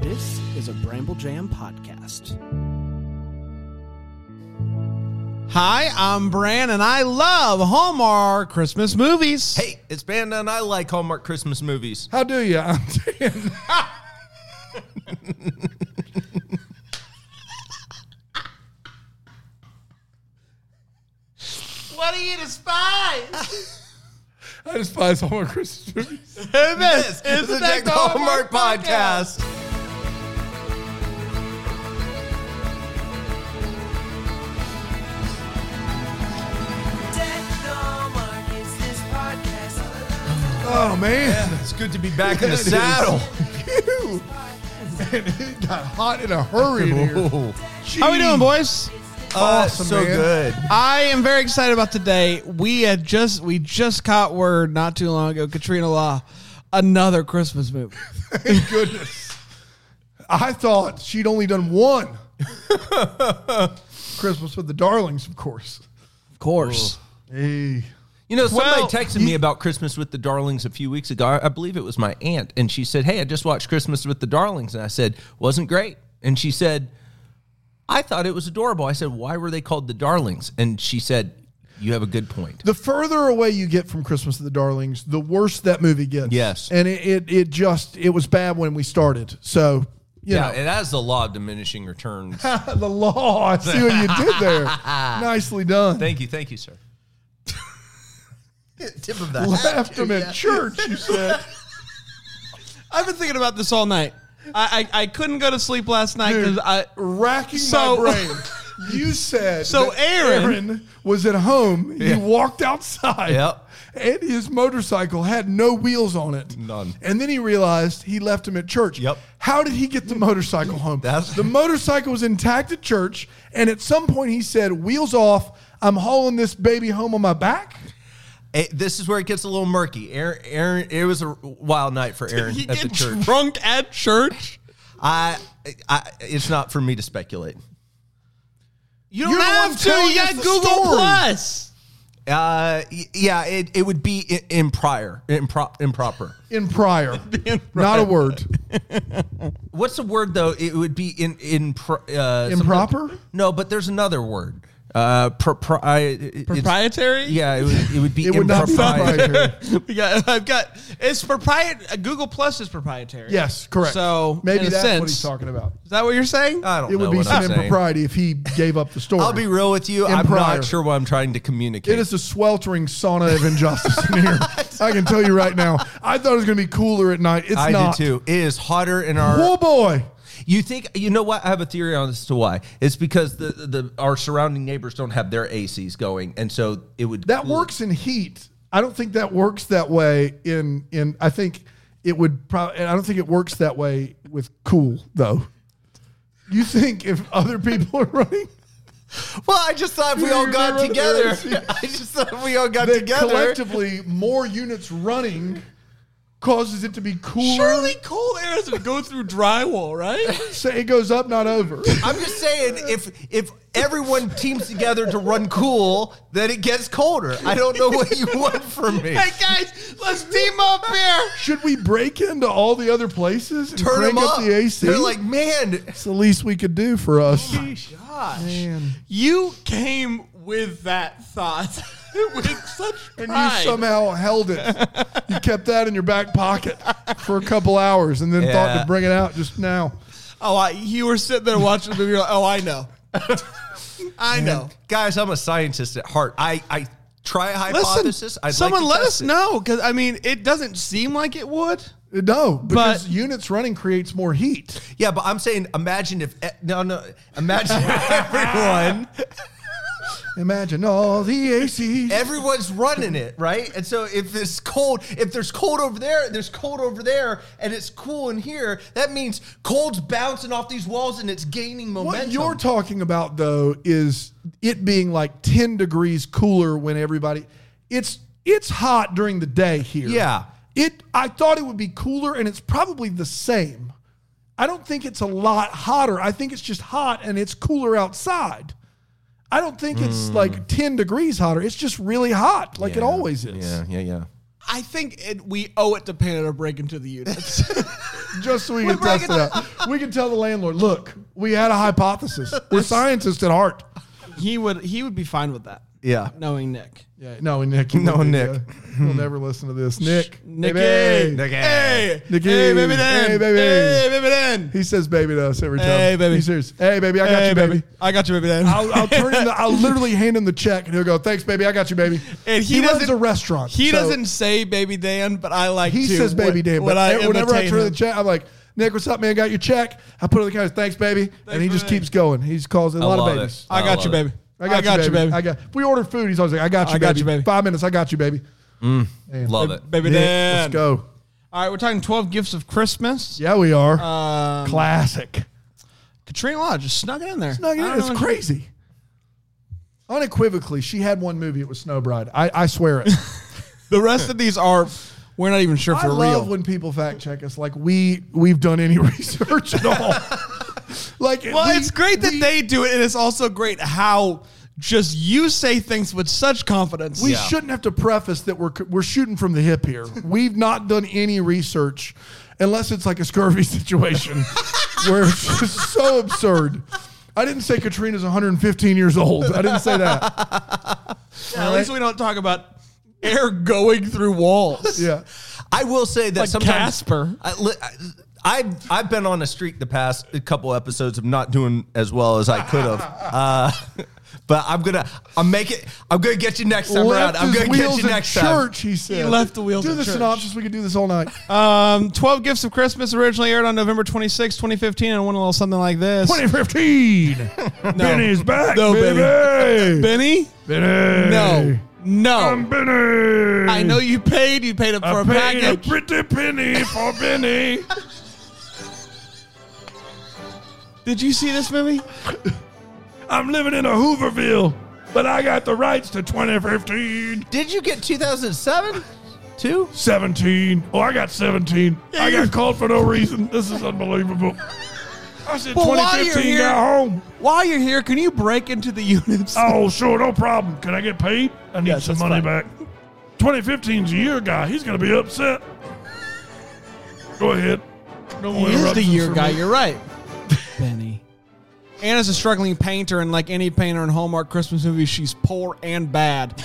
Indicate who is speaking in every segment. Speaker 1: This is a Bramble Jam podcast.
Speaker 2: Hi, I'm Bran, and I love Hallmark Christmas movies.
Speaker 3: Hey, it's Banda, and I like Hallmark Christmas movies.
Speaker 4: How do you? I'm Dan.
Speaker 3: What do you despise?
Speaker 4: I despise all my Christmas movies.
Speaker 3: this is the Deck the Hallmark podcast.
Speaker 5: Technomark is this podcast.
Speaker 4: Oh man,
Speaker 3: It's good to be back in the
Speaker 4: It is.
Speaker 3: saddle.
Speaker 4: Phew. Man, it got hot in a hurry. in here.
Speaker 2: How we doing, boys?
Speaker 4: Awesome,
Speaker 3: Uh, so
Speaker 4: man.
Speaker 3: good.
Speaker 2: I am very excited about today. We had just we just caught word not too long ago, Katrina Law, another Christmas movie.
Speaker 4: Thank goodness. I thought she'd only done one. Christmas with the Darlings, of course.
Speaker 2: Of course.
Speaker 4: Hey,
Speaker 3: You know, somebody
Speaker 2: Well,
Speaker 3: texted me about Christmas with the Darlings a few weeks ago. I I believe it was my aunt, and she said, "Hey, I just watched Christmas with the Darlings," and I said, "Wasn't great." And she said, "I thought it was adorable." I said, "Why were they called the Darlings?" And she said, "You have a good point."
Speaker 4: the further away you get from Christmas with the Darlings, the worse that movie gets.
Speaker 3: Yes.
Speaker 4: and it it, it just it was bad when we started. So you
Speaker 3: Yeah,
Speaker 4: know.
Speaker 3: and that's the law of diminishing returns.
Speaker 4: the law. I see what you did there. Nicely done.
Speaker 3: thank you, thank you, sir.
Speaker 6: Tip of the hat.
Speaker 4: Left him at church, you said.
Speaker 2: I've been thinking about this all night. I I, I couldn't go to sleep last night because I
Speaker 4: Racking
Speaker 2: So-
Speaker 4: my brain. You said
Speaker 2: So
Speaker 4: that
Speaker 2: Aaron-
Speaker 4: was at home. He walked outside.
Speaker 3: Yep.
Speaker 4: And his motorcycle had no wheels on it.
Speaker 3: None.
Speaker 4: And then he realized he left him at church.
Speaker 3: Yep.
Speaker 4: How did he get the motorcycle home?
Speaker 3: That's-
Speaker 4: the motorcycle was intact at church. And at some point he said, Wheels off. I'm hauling this baby home on my back.
Speaker 3: Eh, this is where it gets a little murky. Aaron, Aaron it was a wild night for Aaron
Speaker 2: he
Speaker 3: at the
Speaker 2: get
Speaker 3: church.
Speaker 2: drunk at church.
Speaker 3: I, I, it's not for me to speculate.
Speaker 2: You don't
Speaker 4: You're the one
Speaker 2: have to.
Speaker 4: telling
Speaker 2: You got
Speaker 4: us the
Speaker 2: Google
Speaker 4: story.
Speaker 2: Plus.
Speaker 3: Uh, y- yeah, it, it would be i- imprior, impro- improper.
Speaker 4: In prior. Not a word.
Speaker 3: What's the word though? It would be in in pro- uh, some-
Speaker 4: Improper?
Speaker 3: no, but there's another word. Uh, propri- I- it's-
Speaker 2: Proprietary?
Speaker 3: Yeah, it would, it would be
Speaker 4: It would not be
Speaker 3: improprietary.
Speaker 4: proprietary.
Speaker 2: we got, I've got it's proprietary. Google Plus is proprietary.
Speaker 4: Yes, correct.
Speaker 2: So in
Speaker 4: maybe
Speaker 2: a
Speaker 4: that's what
Speaker 2: sense-
Speaker 4: he's talking Uh, about.
Speaker 2: Is that what you're saying?
Speaker 3: I don't
Speaker 4: It
Speaker 3: know
Speaker 4: would be
Speaker 3: what
Speaker 4: some
Speaker 3: I'm saying.
Speaker 4: impropriety if he gave up the story.
Speaker 3: I'll be real with you. I'm
Speaker 4: Imprior.
Speaker 3: not sure what I'm trying to communicate.
Speaker 4: It is a sweltering sauna of injustice in here. I can tell you right now. I thought it was going to be cooler at night. It's
Speaker 3: I
Speaker 4: not.
Speaker 3: do too. It is hotter in our
Speaker 4: Oh boy.
Speaker 3: You think you know what? I have a theory on this to why. It's because the the our surrounding neighbors don't have their ACs going, and so it would
Speaker 4: That
Speaker 3: cool.
Speaker 4: works in heat. I don't think that works that way in in I think it would probably I don't think it works that way with cool though. You think if other people are running
Speaker 3: Well, I just thought if we all
Speaker 4: You're
Speaker 3: got
Speaker 4: right.
Speaker 3: together. I just thought if we all got
Speaker 4: that
Speaker 3: together.
Speaker 4: collectively more units running causes it to be cooler.
Speaker 2: Surely cold air doesn't go through drywall, right?
Speaker 4: Say it goes up, not over.
Speaker 3: I'm just saying, if if everyone teams together to run cool, then it gets colder. I don't know what you want from me.
Speaker 2: hey guys, let's team up here.
Speaker 4: Should we break into all the other places and
Speaker 3: Turn
Speaker 4: crank
Speaker 3: them up.
Speaker 4: the AC?
Speaker 3: They're like, man,
Speaker 4: it's the least we could do for us.
Speaker 2: Gosh, you came with that thought with such
Speaker 4: and
Speaker 2: pride.
Speaker 4: you somehow held it. you kept that in your back pocket for a couple hours and then thought
Speaker 3: Yeah.
Speaker 4: to bring it out just now.
Speaker 2: oh, I, you were sitting there watching the movie. You're like, oh, I know. I know.
Speaker 3: guys, I'm a scientist at heart. I I try a hypothesis.
Speaker 2: Listen,
Speaker 3: I'd
Speaker 2: someone
Speaker 3: like to
Speaker 2: let
Speaker 3: test
Speaker 2: us
Speaker 3: it.
Speaker 2: know because I mean, it doesn't seem like it would.
Speaker 4: Uh, No, because
Speaker 2: But-
Speaker 4: units running creates more heat.
Speaker 3: Yeah, but I'm saying, imagine if e- no, no, imagine if everyone,
Speaker 4: Imagine all the AC.
Speaker 3: everyone's running it, right? And so if it's cold, if there's cold over there, there's cold over there, and it's cool in here, that means cold's bouncing off these walls and it's gaining momentum.
Speaker 4: What you're talking about though is it being like 10 degrees cooler when everybody it's it's hot during the day here.
Speaker 3: Yeah.
Speaker 4: It I thought it would be cooler and it's probably the same. I don't think it's a lot hotter. I think it's just hot and it's cooler outside. I
Speaker 3: Hmm.
Speaker 4: don't think it's like 10 degrees hotter. It's just really hot like it always is.
Speaker 3: yeah, yeah.
Speaker 2: I I think it, we owe it to Panda to break into the units.
Speaker 4: just so we can
Speaker 2: break
Speaker 4: test it
Speaker 2: it
Speaker 4: out. We can tell the landlord, look, we had a hypothesis. We're scientists at heart.
Speaker 2: he would he would be fine with that.
Speaker 3: Yeah.
Speaker 2: knowing Nick.
Speaker 4: Yeah, no, Nick. you
Speaker 3: No,
Speaker 4: won't be
Speaker 3: Nick.
Speaker 4: there. He'll never listen to this. Nick.
Speaker 2: Nicky.
Speaker 4: Baby.
Speaker 3: Nicky.
Speaker 2: Hey,
Speaker 4: Nicky.
Speaker 2: hey, baby, Dan.
Speaker 4: Hey, baby.
Speaker 2: hey, baby, Dan.
Speaker 4: He says baby to us every time.
Speaker 2: Hey, baby.
Speaker 4: He says, hey, baby, I got
Speaker 2: hey,
Speaker 4: you, baby.
Speaker 2: I got you, baby, Dan.
Speaker 4: I'll, I'll turn him. The, I'll literally hand him the check, and he'll go, "Thanks, baby. I got you, baby."
Speaker 2: and he,
Speaker 4: runs
Speaker 2: doesn't-
Speaker 4: a restaurant.
Speaker 2: He
Speaker 4: so
Speaker 2: doesn't say baby Dan, but I like.
Speaker 4: He
Speaker 2: to,
Speaker 4: says, "Baby,
Speaker 2: when-
Speaker 4: Dan."
Speaker 2: when
Speaker 4: But
Speaker 2: I
Speaker 4: whenever I
Speaker 2: imitate
Speaker 4: turn
Speaker 2: him.
Speaker 4: the check, I'm like, "Nick, what's up, man? Got your check?" I put it in the counter. Thanks, baby. and he
Speaker 2: for
Speaker 4: just
Speaker 2: that.
Speaker 4: keeps going. He just calls it a lot
Speaker 3: love
Speaker 4: of
Speaker 3: it.
Speaker 4: babies.
Speaker 2: I got
Speaker 3: I
Speaker 2: you,
Speaker 3: love
Speaker 2: baby. I got, you, baby.
Speaker 4: I got. If we order food, he's always like, "I got you,
Speaker 2: I
Speaker 4: baby.
Speaker 2: got you, baby.
Speaker 4: Five minutes. I got you, baby.
Speaker 3: Love it.
Speaker 2: baby
Speaker 4: Yeah,
Speaker 2: Dan.
Speaker 4: let's go.
Speaker 2: All right, we're talking twelve gifts of Christmas.
Speaker 4: Yeah, we are.
Speaker 2: Um,
Speaker 4: Classic.
Speaker 2: Katrina Lodge just snuck it in there.
Speaker 4: No, you
Speaker 2: I
Speaker 4: know,
Speaker 2: don't
Speaker 4: it's
Speaker 2: know.
Speaker 4: crazy. Unequivocally, she had one movie. It was Snow Bride. I, I swear it.
Speaker 2: The rest of these are, we're not even sure if
Speaker 4: I
Speaker 2: they're
Speaker 4: love
Speaker 2: real.
Speaker 4: when people fact check us. Like we we've done any research at all. like
Speaker 2: well,
Speaker 4: we-
Speaker 2: it's great that
Speaker 4: we-
Speaker 2: they do it, and it's also great how just you say things with such confidence.
Speaker 4: We shouldn't have to preface that we're we're shooting from the hip here. We've not done any research, unless it's like a scurvy situation where it's just so absurd. I didn't say Katrina's 115 years old. I didn't say that.
Speaker 2: at least we don't talk about air going through walls.
Speaker 4: Yeah,
Speaker 3: I will say that
Speaker 2: Like
Speaker 3: sometimes
Speaker 2: Casper.
Speaker 3: I, li- I, I've I've been on a streak the past couple episodes of not doing as well as I could have. Uh, but I'm gonna I'm make it. I'm gonna get you next time around. I'm gonna get you
Speaker 4: at
Speaker 3: next time.
Speaker 4: church. He said
Speaker 2: left the wheels
Speaker 4: Do
Speaker 2: at
Speaker 4: the
Speaker 2: church.
Speaker 4: synopsis. We could do this all night.
Speaker 2: Um, 12 Gifts of Christmas originally aired on November 26, 2015, and went a little something like this.
Speaker 4: 2015. Benny's back.
Speaker 2: No,
Speaker 4: baby.
Speaker 2: Benny?
Speaker 4: Benny.
Speaker 2: No. No.
Speaker 4: I'm Benny.
Speaker 2: I know you paid. You paid it for
Speaker 4: Um, I
Speaker 2: a
Speaker 4: paid a
Speaker 2: package.
Speaker 4: pretty penny for Benny.
Speaker 2: Did you see this movie?
Speaker 4: I'm living in a Hooverville, but I got the rights to 2015,
Speaker 3: Did you get 2007? Two?
Speaker 4: 17. Oh, I got 17. I
Speaker 2: you-
Speaker 4: got called for no reason. This is unbelievable. I said
Speaker 2: Well, while you're
Speaker 4: 2015
Speaker 2: here-
Speaker 4: got home.
Speaker 2: While you're here, can you break into the units?
Speaker 4: Oh, sure, no problem. Can I get paid? I need
Speaker 2: Yes,
Speaker 4: some
Speaker 2: that's
Speaker 4: money
Speaker 2: fine.
Speaker 4: back. 2015's a year guy. He's going to be upset. Go ahead. No more
Speaker 2: He is the
Speaker 4: interruptions
Speaker 2: year
Speaker 4: from
Speaker 2: guy.
Speaker 4: me.
Speaker 2: You're right. Benny. Anna's a struggling painter, and like any painter in Hallmark Christmas movies, she's poor and bad. she,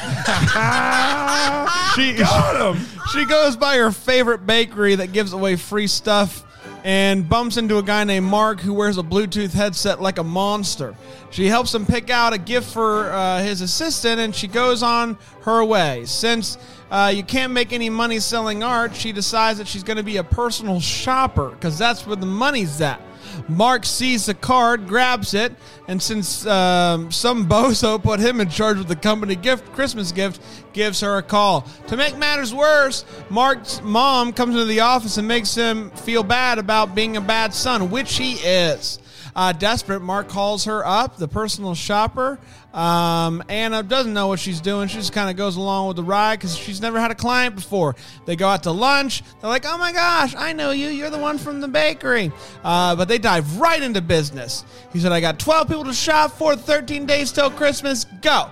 Speaker 4: Ah, Got him.
Speaker 2: she goes by her favorite bakery that gives away free stuff and bumps into a guy named Mark who wears a Bluetooth headset like a monster. She helps him pick out a gift for uh, his assistant and she goes on her way. Since uh, you can't make any money selling art, she decides that she's going to be a personal shopper because that's where the money's at. Mark sees the card, grabs it, and since um, some bozo put him in charge of the company gift Christmas gift, gives her a call. To make matters worse, Mark's mom comes into the office and makes him feel bad about being a bad son, which he is. Uh, desperate, Mark calls her up, the personal shopper. Um, Anna doesn't know what she's doing. She just kind of goes along with the ride because she's never had a client before. They go out to lunch. They're like, oh my gosh, I know you. You're the one from the bakery. Uh, but they dive right into business. He said, I got 12 people to shop for, 13 days till Christmas. Go.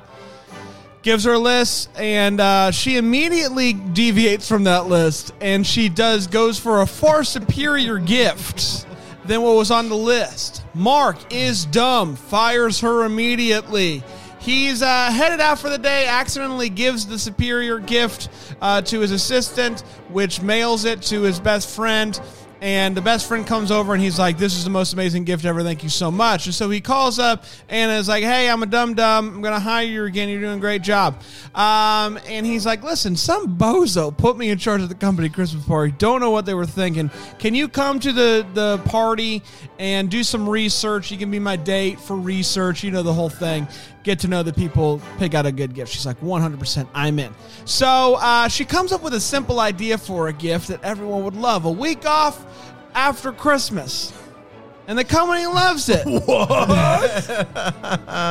Speaker 2: Gives her a list, and uh, she immediately deviates from that list, and she does goes for a far superior gift than what was on the list. Mark is dumb, fires her immediately. He's uh, headed out for the day, accidentally gives the superior gift uh, to his assistant, which mails it to his best friend. And the best friend comes over and he's like, This is the most amazing gift ever. Thank you so much. And so he calls up and is like, Hey, I'm a dum dum. I'm going to hire you again. You're doing a great job. Um, and he's like, Listen, some bozo put me in charge of the company Christmas party. Don't know what they were thinking. Can you come to the, the party and do some research? You can be my date for research. You know, the whole thing. Get to know the people, pick out a good gift. She's like, 100%, I'm in. So uh, she comes up with a simple idea for a gift that everyone would love a week off after Christmas. And the company loves it.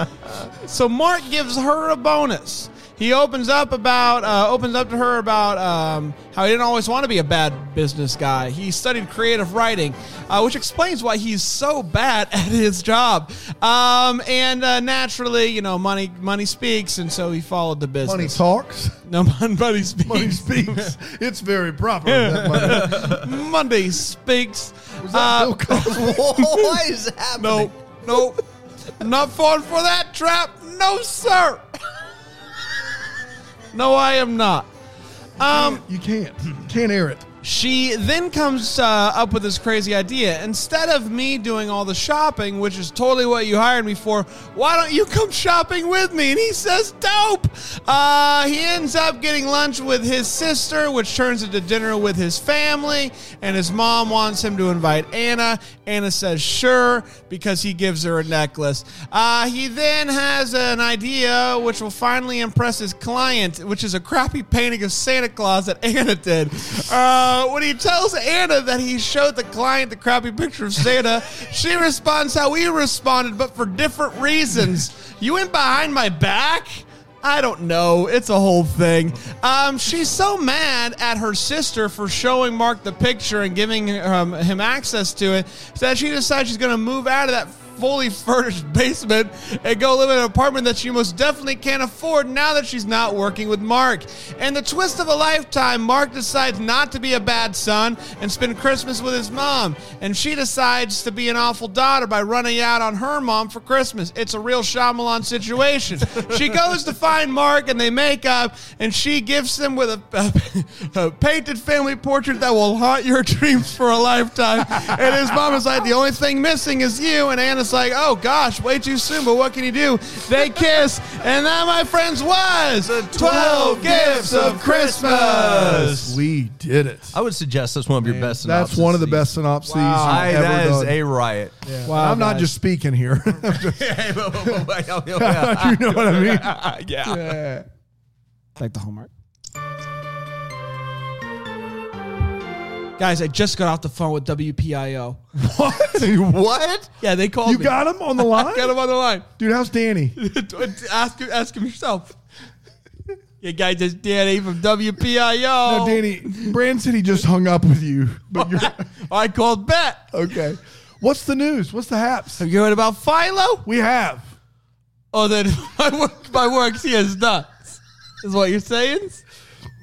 Speaker 2: What? so Mark gives her a bonus. He opens up about uh, opens up to her about um, how he didn't always want to be a bad business guy. He studied creative writing, uh, which explains why he's so bad at his job. Um, and uh, naturally, you know, money money speaks, and so he followed the
Speaker 4: Money
Speaker 2: business.
Speaker 4: talks.
Speaker 2: No, money speaks.
Speaker 4: Money speaks. It's very proper. That money.
Speaker 2: Money speaks.
Speaker 4: Was that
Speaker 2: Uh,
Speaker 4: Bill Cosby?
Speaker 3: Why is that happening?
Speaker 2: No, no, I'm not falling for that trap. No, sir. No, I am not. Um,
Speaker 4: you can't. Can't air it.
Speaker 2: She then comes uh, up with this crazy idea. Instead of me doing all the shopping, which is totally what you hired me for, why don't you come shopping with me? And he says, dope. Uh, he ends up getting lunch with his sister, which turns into dinner with his family. And his mom wants him to invite Anna. Anna says, sure, because he gives her a necklace. Uh, he then has an idea which will finally impress his client, which is a crappy painting of Santa Claus that Anna did. Uh, when he tells Anna that he showed the client the crappy picture of Santa, she responds how we responded, but for different reasons. You went behind my back? I don't know. It's a whole thing. Um, she's so mad at her sister for showing Mark the picture and giving um, him access to it that she decides she's going to move out of that fully furnished basement and go live in an apartment that she most definitely can't afford now that she's not working with Mark. And the twist of a lifetime, Mark decides not to be a bad son and spend Christmas with his mom. And she decides to be an awful daughter by running out on her mom for Christmas. It's a real Shyamalan situation. she goes to find Mark and they make up and she gifts him with a, a, painted family portrait that will haunt your dreams for a lifetime. And his mom is like, the only thing missing is you. And Anna's like, oh gosh, way too soon, but what can you do? They kiss. And that, my friends, was the 12 Gifts of Christmas.
Speaker 4: We did it.
Speaker 3: I would suggest that's one of your best.
Speaker 4: That's one of the
Speaker 3: synopses.
Speaker 4: best synopses
Speaker 2: Wow.
Speaker 4: you've
Speaker 3: I,
Speaker 4: ever
Speaker 3: that is
Speaker 4: done.
Speaker 3: a riot.
Speaker 4: I'm not just speaking here. you know what I mean?
Speaker 3: yeah.
Speaker 2: Like the Hallmark. Guys, I just got off the phone with WPIO.
Speaker 4: What? what?
Speaker 2: Yeah, they called
Speaker 4: You
Speaker 2: me.
Speaker 4: got him on the line?
Speaker 2: Get him on the line.
Speaker 4: Dude, how's Danny? Oh,
Speaker 2: ask, him, ask him yourself. Your guy just Danny from WPIO.
Speaker 4: No, Danny, Brand said he just hung up with you, but you're
Speaker 2: I called Bet.
Speaker 4: okay. What's the news? What's the haps?
Speaker 2: You heard about Philo?
Speaker 4: We have.
Speaker 2: Oh, then my work, my works here is nuts. Is what you're saying?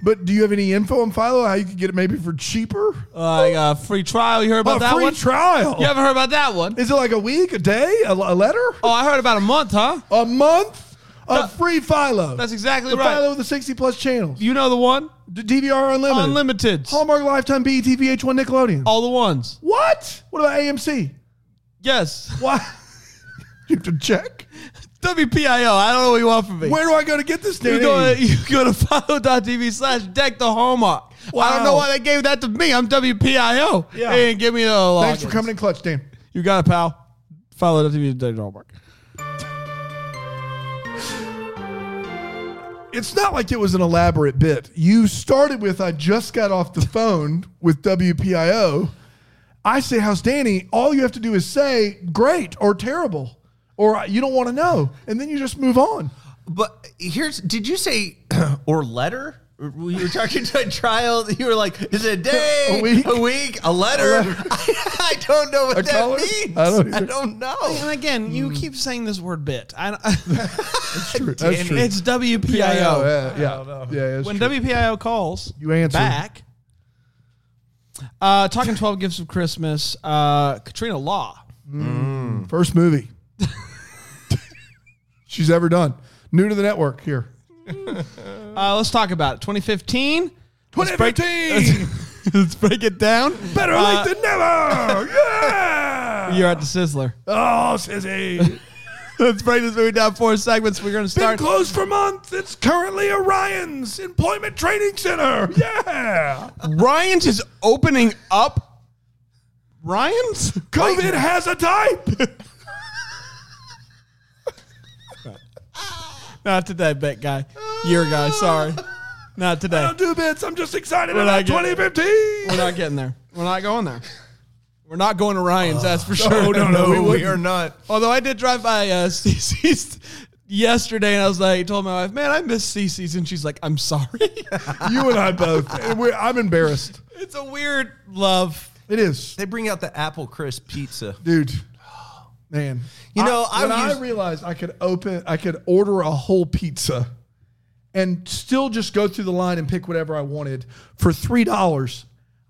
Speaker 4: But do you have any info on Philo? How you could get it maybe for cheaper?
Speaker 2: Oh, I got a free trial. You heard about
Speaker 4: a
Speaker 2: Uh, that
Speaker 4: free
Speaker 2: one?
Speaker 4: trial.
Speaker 2: you haven't heard about that one?
Speaker 4: Is it like a week, a day, a, a letter,
Speaker 2: Oh, I heard about a month, huh?
Speaker 4: a month of free Philo?
Speaker 2: Oh. That's exactly
Speaker 4: the
Speaker 2: right.
Speaker 4: Philo with the 60 plus channels.
Speaker 2: You know the one?
Speaker 4: D- DVR unlimited.
Speaker 2: Unlimited. Oh.
Speaker 4: Hallmark Lifetime E BET VH1 Nickelodeon.
Speaker 2: All the ones.
Speaker 4: What? What about AMC?
Speaker 2: Yes.
Speaker 4: Why? you have to check.
Speaker 2: WPIO. I don't know what you want from me.
Speaker 4: Where do I go to get this, Danny?
Speaker 2: You go, to, you go to follow.tv slash deck the hallmark. I don't know
Speaker 4: Wow.
Speaker 2: why they gave that to me. I'm WPIO.
Speaker 4: Yeah.
Speaker 2: They didn't give me the logins.
Speaker 4: Thanks for coming in clutch, Dan.
Speaker 2: You got it, pal. Follow.tv deck the hallmark.
Speaker 4: It's not like it was an elaborate bit. You started with, I just got off the phone with WPIO. I say, How's Danny? All you have to do is say, Great or terrible, or you don't want to know. And then you just move on.
Speaker 3: But here's, did you say or letter? When you were talking to a trial, you were like, "Is it a day,
Speaker 4: A week?
Speaker 3: a, week, a letter?" I don't know what that
Speaker 4: color?
Speaker 3: means.
Speaker 4: I don't either.
Speaker 3: know.
Speaker 2: Oh, And again, you keep saying this word bit. I don't,
Speaker 4: Hmm. That's true. That's true.
Speaker 2: it's WPIO.
Speaker 4: Yeah, yeah. yeah that's
Speaker 2: When
Speaker 4: true.
Speaker 2: WPIO calls,
Speaker 4: You answer.
Speaker 2: back. Uh, talking 12 Gifts of Christmas, uh, Katrina Law.
Speaker 4: First movie she's ever done. New to the network here.
Speaker 2: Uh, let's talk about it. 2015. Let's break-
Speaker 4: 2015.
Speaker 2: Let's break it down.
Speaker 4: Better
Speaker 2: Uh,
Speaker 4: late than never. Yeah.
Speaker 2: You're at the Sizzler.
Speaker 4: Oh, sissy.
Speaker 2: Let's break this movie down four segments. We're going to
Speaker 4: Been
Speaker 2: start.
Speaker 4: closed for months. It's currently Orion's Employment Training Center. Yeah.
Speaker 2: Ryan's is opening up. Ryan's?
Speaker 4: COVID has a type.
Speaker 2: Not today, bet guy. Year guy, sorry. Not
Speaker 4: I
Speaker 2: today.
Speaker 4: don't do bits. I'm just excited
Speaker 2: We're
Speaker 4: about
Speaker 2: not getting-
Speaker 4: 2015.
Speaker 2: We're not getting there. We're not going there. Oh. We're not
Speaker 3: Oh,
Speaker 2: going to Ryan's, that's for sure.
Speaker 3: no, we, we are not.
Speaker 2: Although I did drive by uh, CC's yesterday, and I was like, told my wife, "Man, I miss Cece's," and she's like, "I'm sorry."
Speaker 4: You and I both. And we're- I'm embarrassed.
Speaker 2: it's a weird love.
Speaker 4: It is,
Speaker 3: They bring out the apple crisp pizza.
Speaker 4: dude. Man,
Speaker 3: You know, I
Speaker 4: when
Speaker 3: used-
Speaker 4: I realized I could open, I could order a whole pizza, and still just go through the line and pick whatever I wanted for three dollars.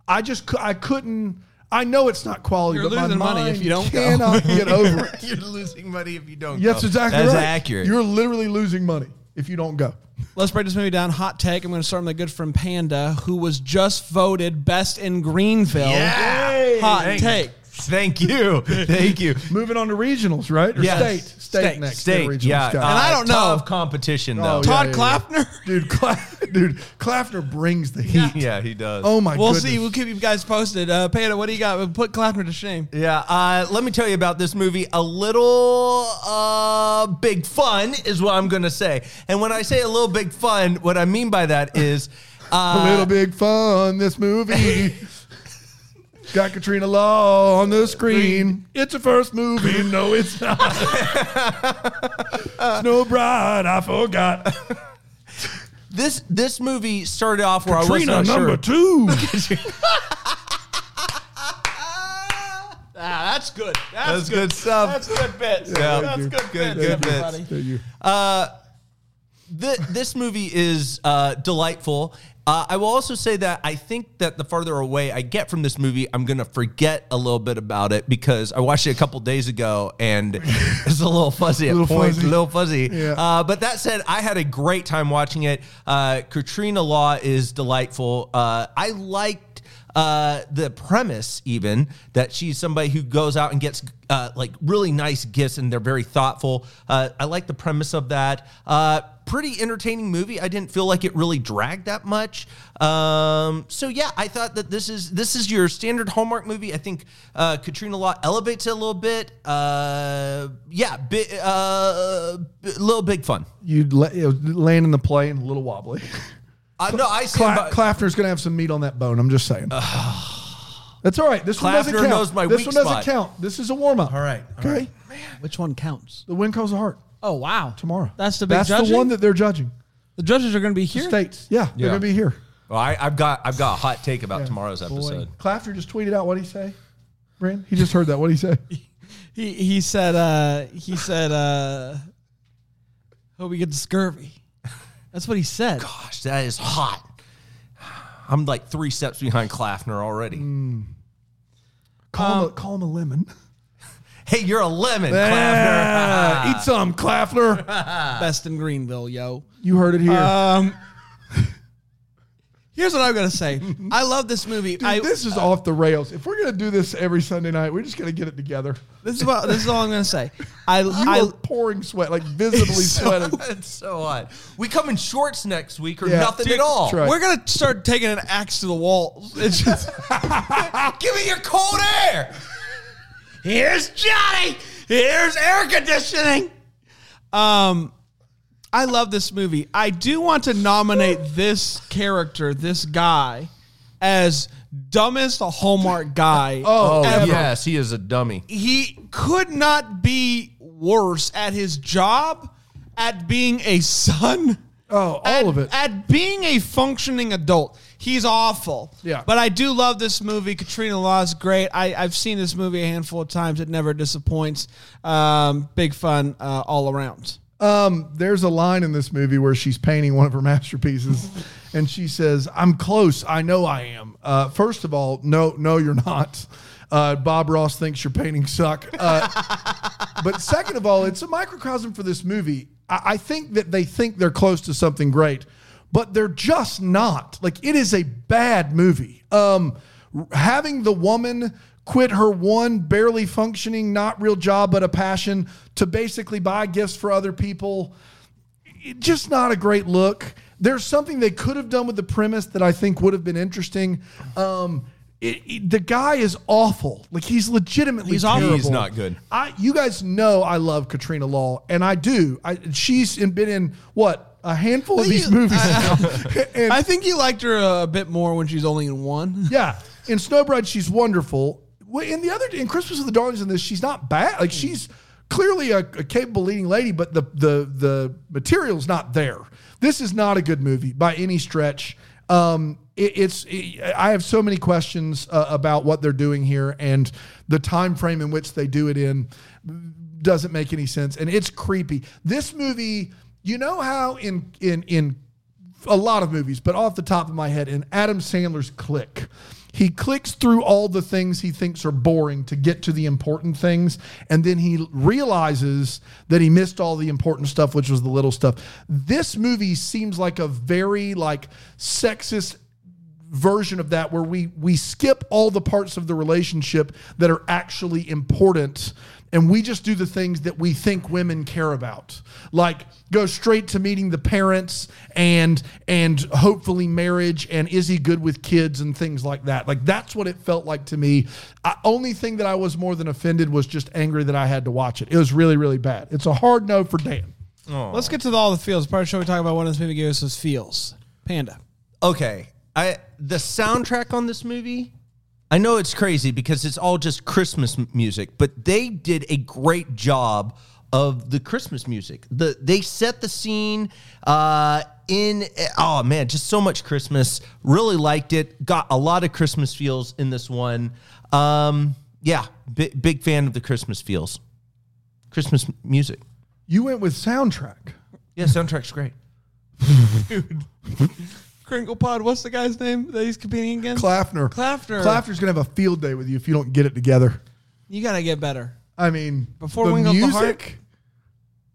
Speaker 4: I just, cou- I couldn't. I know it's not quality,
Speaker 2: You're
Speaker 4: but my
Speaker 2: losing money
Speaker 4: mind
Speaker 2: if you don't go.
Speaker 4: cannot get over it.
Speaker 3: You're losing money if you don't.
Speaker 4: Yes,
Speaker 3: go.
Speaker 4: exactly.
Speaker 3: That's
Speaker 4: right.
Speaker 3: accurate.
Speaker 4: You're literally losing money if you don't go.
Speaker 2: Let's break this movie down. Hot take. I'm going to start with my good friend Panda, who was just voted best in Greenville.
Speaker 3: yeah.
Speaker 2: Hot
Speaker 3: Thank-
Speaker 2: take.
Speaker 3: Thank you. Thank you.
Speaker 4: Moving on to regionals, right? Or
Speaker 3: Yes.
Speaker 4: state, state,
Speaker 2: State,
Speaker 4: next. then
Speaker 3: State,
Speaker 4: regionals.
Speaker 3: yeah. uh,
Speaker 4: Got it.
Speaker 2: I don't know.
Speaker 3: Tough competition, though.
Speaker 4: Oh, yeah.
Speaker 2: Todd Clapner.
Speaker 4: dude, Cla- dude, Clafner brings the heat.
Speaker 3: Yeah, he does.
Speaker 4: Oh my
Speaker 2: We'll
Speaker 4: goodness.
Speaker 2: see. We'll keep you guys posted. Uh, Panda, what do you got? We'll put Clapner to shame.
Speaker 3: Yeah, uh, let me tell you about this movie. A little uh, big fun is what I'm going to say. And when I say a little big fun, what I mean by that is
Speaker 4: a
Speaker 3: uh,
Speaker 4: little big fun. This movie got Katrina Law on the screen. It's a first movie. No, it's not. Snow Bride. I forgot.
Speaker 3: this this movie started off where I
Speaker 4: Katrina
Speaker 3: was not
Speaker 4: number
Speaker 3: sure.
Speaker 4: two.
Speaker 2: that's good.
Speaker 3: Ah, That's good stuff. That's
Speaker 2: good bits.
Speaker 3: Yeah.
Speaker 4: That's good
Speaker 3: good,
Speaker 4: bits,
Speaker 3: good bits.
Speaker 2: everybody.
Speaker 4: There you-
Speaker 3: Th this movie is uh, delightful. Uh, I will also say that I think that the farther away I get from this movie, I'm going to forget a little bit about it because I watched it a couple days ago and it's a little fuzzy at
Speaker 4: Little
Speaker 3: points,
Speaker 4: fuzzy.
Speaker 3: a little fuzzy.
Speaker 4: Yeah.
Speaker 3: Uh, but that said, I had a great time watching it. Uh, Katrina Law is delightful. Uh, I liked uh, the premise even that she's somebody who goes out and gets uh, like really nice gifts and they're very thoughtful. Uh, I like the premise of that. Uh, pretty entertaining movie. I didn't feel like it really dragged that much. Um, so yeah, I thought that this is this is your standard Hallmark movie. I think uh, Katrina Law elevates it a little bit. Uh, yeah, bi- uh, b- little big fun.
Speaker 4: You'd let, it was landing the plane a little wobbly.
Speaker 3: Uh, no, I see.
Speaker 4: Cla-
Speaker 3: about-
Speaker 4: Clafner's going to have some meat on that bone. I'm just saying. That's all right. This one doesn't
Speaker 3: Clafner
Speaker 4: count.
Speaker 3: knows my
Speaker 4: this
Speaker 3: weak
Speaker 4: one
Speaker 3: spot.
Speaker 4: doesn't count. This is a warm up.
Speaker 3: all right. all
Speaker 4: Okay.
Speaker 3: right.
Speaker 2: Which one counts?
Speaker 4: The win comes the heart
Speaker 2: Oh, wow.
Speaker 4: tomorrow.
Speaker 2: That's the big
Speaker 4: That's
Speaker 2: judging?
Speaker 4: the one that they're judging.
Speaker 2: The judges are going to be
Speaker 4: The
Speaker 2: here.
Speaker 4: states. Yeah, they're
Speaker 3: Yeah.
Speaker 4: going to be here.
Speaker 3: Well, I, I've got I've got a hot take about tomorrow's episode.
Speaker 4: Clafner just tweeted out what he say. Brand, he just heard that. What he say?
Speaker 2: He, he said, uh, he said, uh, hope we get scurvy. That's what he said.
Speaker 3: Gosh, that is hot. I'm like three steps behind Clafner already.
Speaker 4: Mm. Call,
Speaker 2: Um,
Speaker 4: him a, call him a lemon.
Speaker 3: Hey, you're a lemon,
Speaker 4: Ah,
Speaker 3: Clafner.
Speaker 4: eat some, Clafner.
Speaker 2: Best in Greenville, yo.
Speaker 4: You heard it here.
Speaker 2: Um, here's what I'm gonna say. I love this movie.
Speaker 4: Dude,
Speaker 2: I, uh,
Speaker 4: this is off the rails. If we're gonna do this every Sunday night, we're just gonna get it together.
Speaker 2: this is what this is all I'm gonna say. I
Speaker 4: You
Speaker 2: I
Speaker 4: are pouring sweat, like visibly
Speaker 3: so,
Speaker 4: sweating.
Speaker 3: it's so hot. We come in shorts next week or
Speaker 4: Yeah.
Speaker 3: nothing
Speaker 4: Dude,
Speaker 3: at all.
Speaker 4: that's right.
Speaker 2: we're gonna start taking an axe to the walls. It's just
Speaker 3: Give me your cold air.
Speaker 2: here's Johnny. Here's air conditioning. Um, I love this movie. I do want to nominate this character, this guy, as dumbest Hallmark guy.
Speaker 4: Oh,
Speaker 3: Oh,
Speaker 4: ever.
Speaker 3: yes, he is a dummy.
Speaker 2: he could not be worse at his job, at being a son.
Speaker 4: Oh, all
Speaker 2: at,
Speaker 4: of it.
Speaker 2: At being a functioning adult. He's awful.
Speaker 4: Yeah.
Speaker 2: But I do love this movie. Katrina Law is great. I, I've seen this movie a handful of times. It never disappoints. Um, big fun uh, all around.
Speaker 4: Um, there's a line in this movie where she's painting one of her masterpieces, and she says, "I'm close. I know I am." Uh, first of all, no, no, you're not. Uh, Bob Ross thinks your paintings suck. Uh, but second of all, it's a microcosm for this movie. I, I think that they think they're close to something great, but they're just not. Like it is a bad movie. Um, r- having the woman quit her one barely functioning, not real job but a passion to basically buy gifts for other people just not a great look. There's something they could have done with the premise that I think would have been interesting. Um, it, it- the guy is awful. Like he's legitimately
Speaker 2: He's awful.
Speaker 4: terrible.
Speaker 3: He's not good.
Speaker 4: I, you guys know I love Katrina Law, and I do. I, she's in- been in what a handful of
Speaker 2: Well,
Speaker 4: these
Speaker 2: you-
Speaker 4: movies now. And-
Speaker 2: I think you liked her a bit more when she's only in one.
Speaker 4: yeah. In Snowbride, she's wonderful. Well, In the other, in Christmas of the Darlings, in this, she's not bad. Like she's clearly a, a capable leading lady, but the the the material's not there. This is not a good movie by any stretch. Um, it, it's I have so many questions uh, about what they're doing here and the time frame in which they do it in doesn't make any sense and it's creepy. This movie, you know how in in in a lot of movies, but off the top of my head, in Adam Sandler's Click. He clicks through all the things he thinks are boring to get to the important things, and then he realizes that he missed all the important stuff, which was the little stuff. This movie seems like a very like sexist version of that where we we skip all the parts of the relationship that are actually important and we just do the things that we think women care about like go straight to meeting the parents and and hopefully marriage and is he good with kids and things like that like that's what it felt like to me I, only thing that i was more than offended was just angry that i had to watch it it was really really bad it's a hard no for dan
Speaker 2: Let's get to the, all the feels. Part of the show we talk about one of this movie gave us his feels. Panda.
Speaker 3: okay i the soundtrack on this movie i know it's crazy because it's all just christmas m- music but they did a great job of the christmas music the they set the scene uh in oh man just so much christmas really liked it got a lot of christmas feels in this one um yeah bi- big fan of the christmas feels christmas m- music
Speaker 4: you went with soundtrack
Speaker 3: yeah soundtrack's great
Speaker 2: Crinkle Pod. What's the guy's name that he's competing against?
Speaker 4: clafner
Speaker 2: Clafner.
Speaker 4: clafner's gonna have a field day with you if you don't get it together
Speaker 2: You gotta get better.
Speaker 4: I mean,
Speaker 2: Before Wing of the Heart?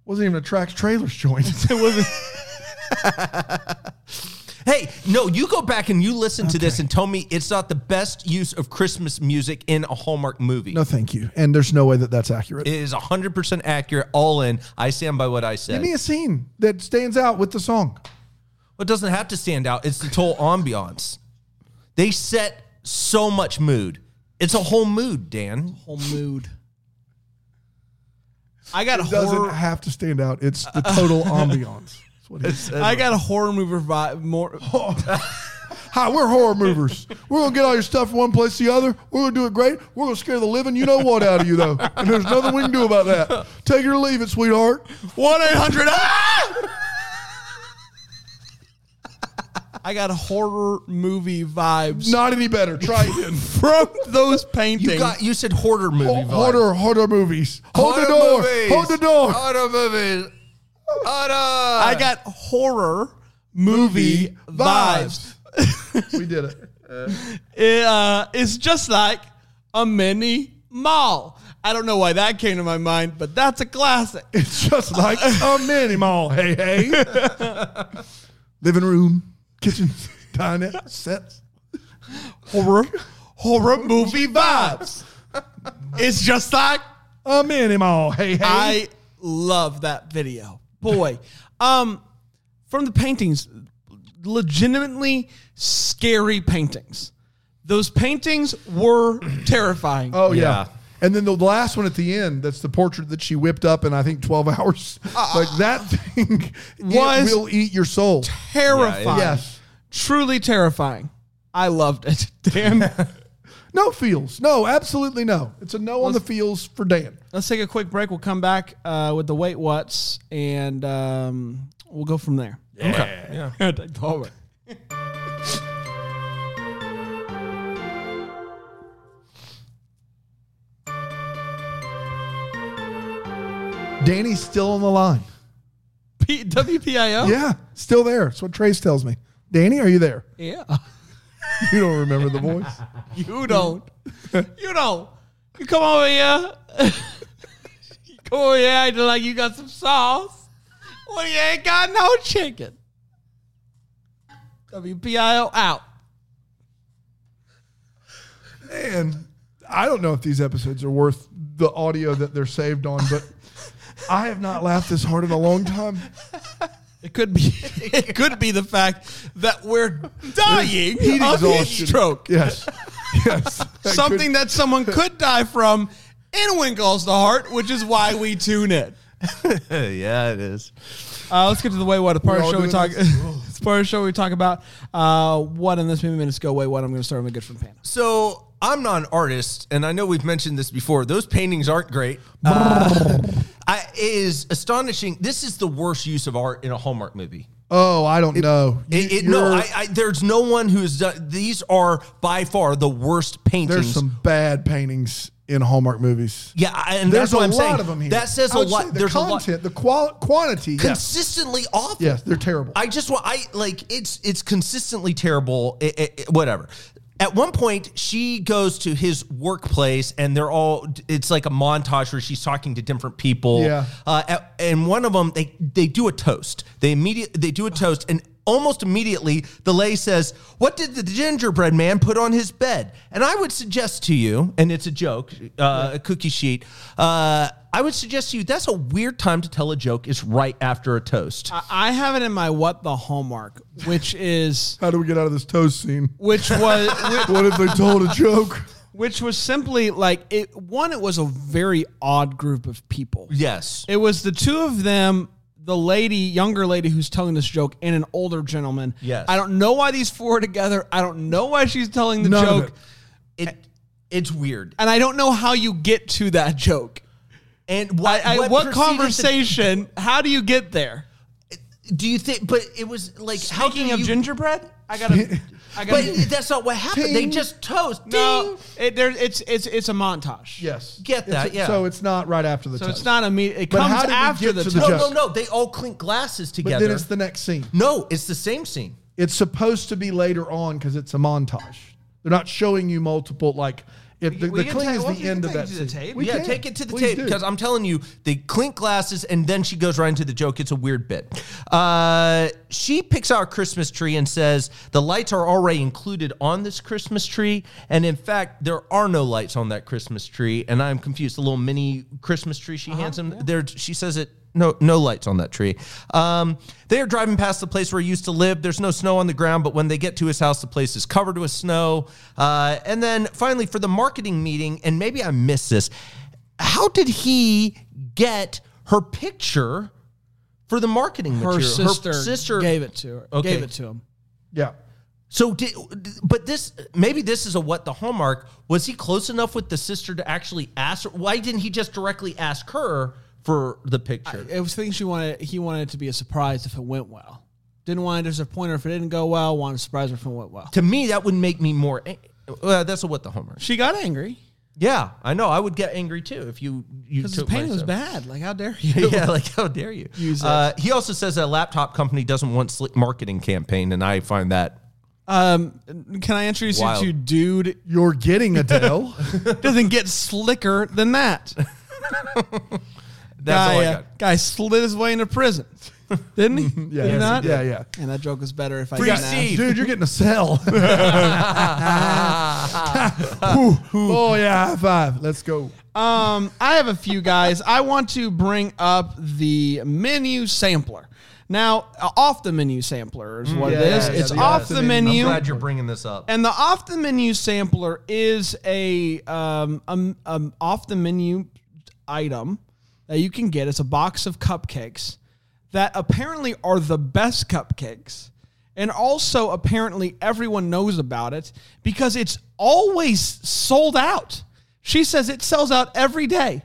Speaker 4: wasn't even a tracks trailers joint.
Speaker 3: Hey, no, you go back and you listen to this and tell me it's not the best use of Christmas music in a Hallmark movie.
Speaker 4: no, thank you. And there's no way that that's accurate.
Speaker 3: It is 100% accurate, all in. I stand by what I said.
Speaker 4: Give me a scene that stands out with the song.
Speaker 3: Well, it doesn't have to stand out. It's the total ambiance. They set so much mood. It's a whole mood, Dan.
Speaker 2: Whole mood. I got
Speaker 4: Doesn't
Speaker 2: horror.
Speaker 4: have to stand out. It's the total ambiance. That's what it is.
Speaker 2: I got a horror movie vibe. More.
Speaker 4: Hi, we're horror movers. We're gonna get all your stuff from one place to the other. We're gonna do it great. We're gonna scare the living you know what out of you though. And there's nothing we can do about that. Take it or leave it, sweetheart.
Speaker 2: One eight hundred. ah! I got horror movie vibes
Speaker 4: Not any better. Try it in.
Speaker 2: from those paintings.
Speaker 3: You got you said hoarder movie. vibe.
Speaker 4: Horror, horror movies. Hold the
Speaker 3: Horror
Speaker 4: door.
Speaker 3: movies.
Speaker 4: Hold the door.
Speaker 2: Ah.
Speaker 3: Horror movies. Horror.
Speaker 2: I got horror movie, vibes.
Speaker 4: We did it.
Speaker 2: It, uh, it's just like a mini mall. I don't know why that came to my mind, but that's a classic.
Speaker 4: It's just like a mini mall. Hey, hey. Living room, kitchen, dinette, sets.
Speaker 2: horror horror movie vibes. It's just like
Speaker 4: A mini mall. Hey, hey.
Speaker 2: I love that video. Boy. Um from the paintings, legitimately scary paintings. Those paintings were terrifying.
Speaker 4: oh, yeah.
Speaker 3: Yeah.
Speaker 4: And then the last one at the end, that's the portrait that she whipped up in, I think, 12 hours. like that thing
Speaker 2: Was-
Speaker 4: it will eat your soul.
Speaker 2: terrifying.
Speaker 4: Yes.
Speaker 2: Truly terrifying. I loved it. Damn.
Speaker 4: No feels. No, absolutely no. It's a no on the feels for Dan.
Speaker 2: Let's take a quick break. We'll come back uh, with the wait what's and um, we'll go from there.
Speaker 3: Yeah.
Speaker 2: Okay. All right.
Speaker 4: Danny's still on the line.
Speaker 2: P- WPIO?
Speaker 4: Yeah, still there. That's what Trace tells me. Danny, are you there?
Speaker 2: Yeah.
Speaker 4: You don't remember the voice.
Speaker 2: You don't. you don't. You come over here. you come over here acting like you got some sauce. Well, you ain't got no chicken. WPIO out.
Speaker 4: And I don't know if these episodes are worth the audio that they're saved on, but I have not laughed this hard in a long time.
Speaker 2: It could be. It could be the fact that we're dying
Speaker 4: Heat
Speaker 2: of heat
Speaker 4: exhaustion.
Speaker 2: stroke.
Speaker 4: Yes. Yes. That could-
Speaker 2: Something that someone could die from in Winkles the Heart, which is why we tune in.
Speaker 3: yeah, it is.
Speaker 2: Uh, let's get to the way what. It's part of
Speaker 4: We
Speaker 2: the
Speaker 4: all
Speaker 2: show we
Speaker 4: doing
Speaker 2: talk.
Speaker 4: this?
Speaker 2: it's part of the show we talk about uh, what in this movie minutes go way what. I'm going to start with a good from Panda.
Speaker 3: So I'm not an artist, and I know we've mentioned this before. Those paintings aren't great. That is astonishing. This is the worst use of art in a Hallmark movie.
Speaker 4: Oh, I don't know. You-
Speaker 3: It, it, no,
Speaker 4: you're-
Speaker 3: I, I, there's no one who's done. These are by far the worst paintings.
Speaker 4: there's some bad paintings in Hallmark movies.
Speaker 3: yeah, I- and
Speaker 4: There's
Speaker 3: that's
Speaker 4: a
Speaker 3: what I'm
Speaker 4: lot
Speaker 3: saying.
Speaker 4: of them here.
Speaker 3: That says
Speaker 4: I
Speaker 3: a
Speaker 4: would
Speaker 3: lot.
Speaker 4: say The
Speaker 3: there's a lot.
Speaker 4: content, the qual- quantity. Yes.
Speaker 3: Consistently awful.
Speaker 4: yes, they're terrible.
Speaker 3: I just want I like it's it's consistently terrible. i i i- whatever. At one point, she goes to his workplace, and they're all. It's like a montage where she's talking to different people.
Speaker 4: Yeah.
Speaker 3: Uh, at- and one of them, they they do a toast. They immediate they do a toast, and almost immediately, the lay says, "What did the gingerbread man put on his bed?" And I would suggest to you, and it's a joke, uh, a cookie sheet. Uh, I would suggest to you that's a weird time to tell a joke is right after a toast.
Speaker 2: I- I have it in my what the hallmark, which is
Speaker 4: How do we get out of this toast scene?
Speaker 2: which was whi-
Speaker 4: What if they told a joke?
Speaker 2: which was simply like it. One, it was a very odd group of people.
Speaker 3: Yes.
Speaker 2: It was the two of them, the lady, younger lady who's telling this joke, and an older gentleman.
Speaker 3: Yes.
Speaker 2: I don't know why these four are together. I don't know why she's telling the
Speaker 4: None of
Speaker 2: joke.
Speaker 4: it.
Speaker 3: it it's weird.
Speaker 2: And I don't know how you get to that joke.
Speaker 3: And
Speaker 2: I,
Speaker 3: what
Speaker 2: I, what
Speaker 3: preceded the-
Speaker 2: conversation? how do you get there?
Speaker 3: do you think? But it was like how
Speaker 2: Speaking
Speaker 3: do
Speaker 2: of
Speaker 3: you-
Speaker 2: gingerbread, I gotta. I
Speaker 3: But
Speaker 2: gotta
Speaker 3: that's not what happened. They
Speaker 4: Ting.
Speaker 3: just toast.
Speaker 2: no,
Speaker 3: Ding.
Speaker 2: it, there, it's it's it's a montage.
Speaker 4: Yes.
Speaker 3: Get
Speaker 4: It's a-
Speaker 3: that, yeah.
Speaker 4: So it's not right after the
Speaker 2: So
Speaker 4: toast.
Speaker 2: it's not immediate. It
Speaker 4: But
Speaker 2: comes
Speaker 4: how did we
Speaker 2: after
Speaker 4: get
Speaker 2: the,
Speaker 4: to
Speaker 2: toast.
Speaker 4: the
Speaker 3: No,
Speaker 4: joke.
Speaker 3: no, no. They all clink glasses
Speaker 4: But
Speaker 3: together.
Speaker 4: then it's the next scene.
Speaker 3: no, it's the same scene.
Speaker 4: It's supposed to be later on because it's a montage. They're not showing you multiple like. If the,
Speaker 2: We
Speaker 4: the
Speaker 2: can
Speaker 4: cling
Speaker 2: take-
Speaker 4: is
Speaker 2: well, we
Speaker 4: the
Speaker 2: can
Speaker 4: end of
Speaker 2: take
Speaker 4: that.
Speaker 2: you to the
Speaker 4: scene.
Speaker 2: tape.
Speaker 4: We
Speaker 3: yeah,
Speaker 4: can.
Speaker 3: take it to the
Speaker 4: Please
Speaker 3: tape
Speaker 4: do.
Speaker 3: because I'm telling you, they clink glasses, and then she goes right into the joke. It's a weird bit. Uh, she picks out a Christmas tree and says the lights are already included on this Christmas tree, and in fact, there are no lights on that Christmas tree. And I'm confused. The little mini Christmas tree she hands him. There, she says it. No, no lights on that tree. Um, they are driving past the place where he used to live. There's no snow on the ground, but when they get to his house, the place is covered with snow. Uh, and then finally, for the marketing meeting, and maybe I missed this how did he get her picture for the marketing
Speaker 2: Her
Speaker 3: material?
Speaker 2: sister,
Speaker 3: sister
Speaker 2: gave it to her.
Speaker 3: Okay.
Speaker 2: Gave it to him.
Speaker 4: Yeah.
Speaker 3: So, did, but this maybe this is a what the hallmark was he close enough with the sister to actually ask? Her, why didn't he just directly ask her for the picture?
Speaker 2: It was things she wanted. He wanted it to be a surprise if it went well. Didn't want to disappoint her if it didn't go well. Wanted to surprise her if it went well.
Speaker 3: to me, that would make me more. ang- Well, that's a what the hallmark.
Speaker 2: She got angry
Speaker 3: Yeah, I know. I would get angry too if you you
Speaker 2: because the
Speaker 3: took
Speaker 2: pain
Speaker 3: my
Speaker 2: was
Speaker 3: stuff.
Speaker 2: bad. Like how dare you?
Speaker 3: yeah, like how dare you?
Speaker 2: Use it.
Speaker 3: Uh, he also says that a laptop company doesn't want slick marketing campaign, and I find that
Speaker 2: Um, can I introduce
Speaker 3: Wild.
Speaker 2: you to dude?
Speaker 4: You're getting Adele.
Speaker 2: Doesn't get slicker than that.
Speaker 3: that's
Speaker 2: guy,
Speaker 3: all I
Speaker 2: uh,
Speaker 3: got.
Speaker 2: guy slid his way into prison, didn't he?
Speaker 4: Yeah,
Speaker 2: Did he
Speaker 4: yes,
Speaker 2: not?
Speaker 4: he did. Yeah, yeah.
Speaker 2: And that joke was better if I
Speaker 3: Free
Speaker 2: didn't
Speaker 3: seed.
Speaker 2: ask.
Speaker 4: Dude, you're getting a cell. Whew. oh, yeah. High five. Let's go.
Speaker 2: Um, I have a few guys. I want to bring up the menu sampler. Now, uh, off the menu sampler is what it
Speaker 4: Yeah,
Speaker 2: is.
Speaker 4: yeah,
Speaker 2: it's
Speaker 4: the
Speaker 2: off the menu,
Speaker 3: I'm glad you're bringing this up.
Speaker 2: and the off the menu sampler is a um, um, um off the menu item that you can get. It's a box of cupcakes that apparently are the best cupcakes, and also apparently everyone knows about it because it's always sold out. She says it sells out every day.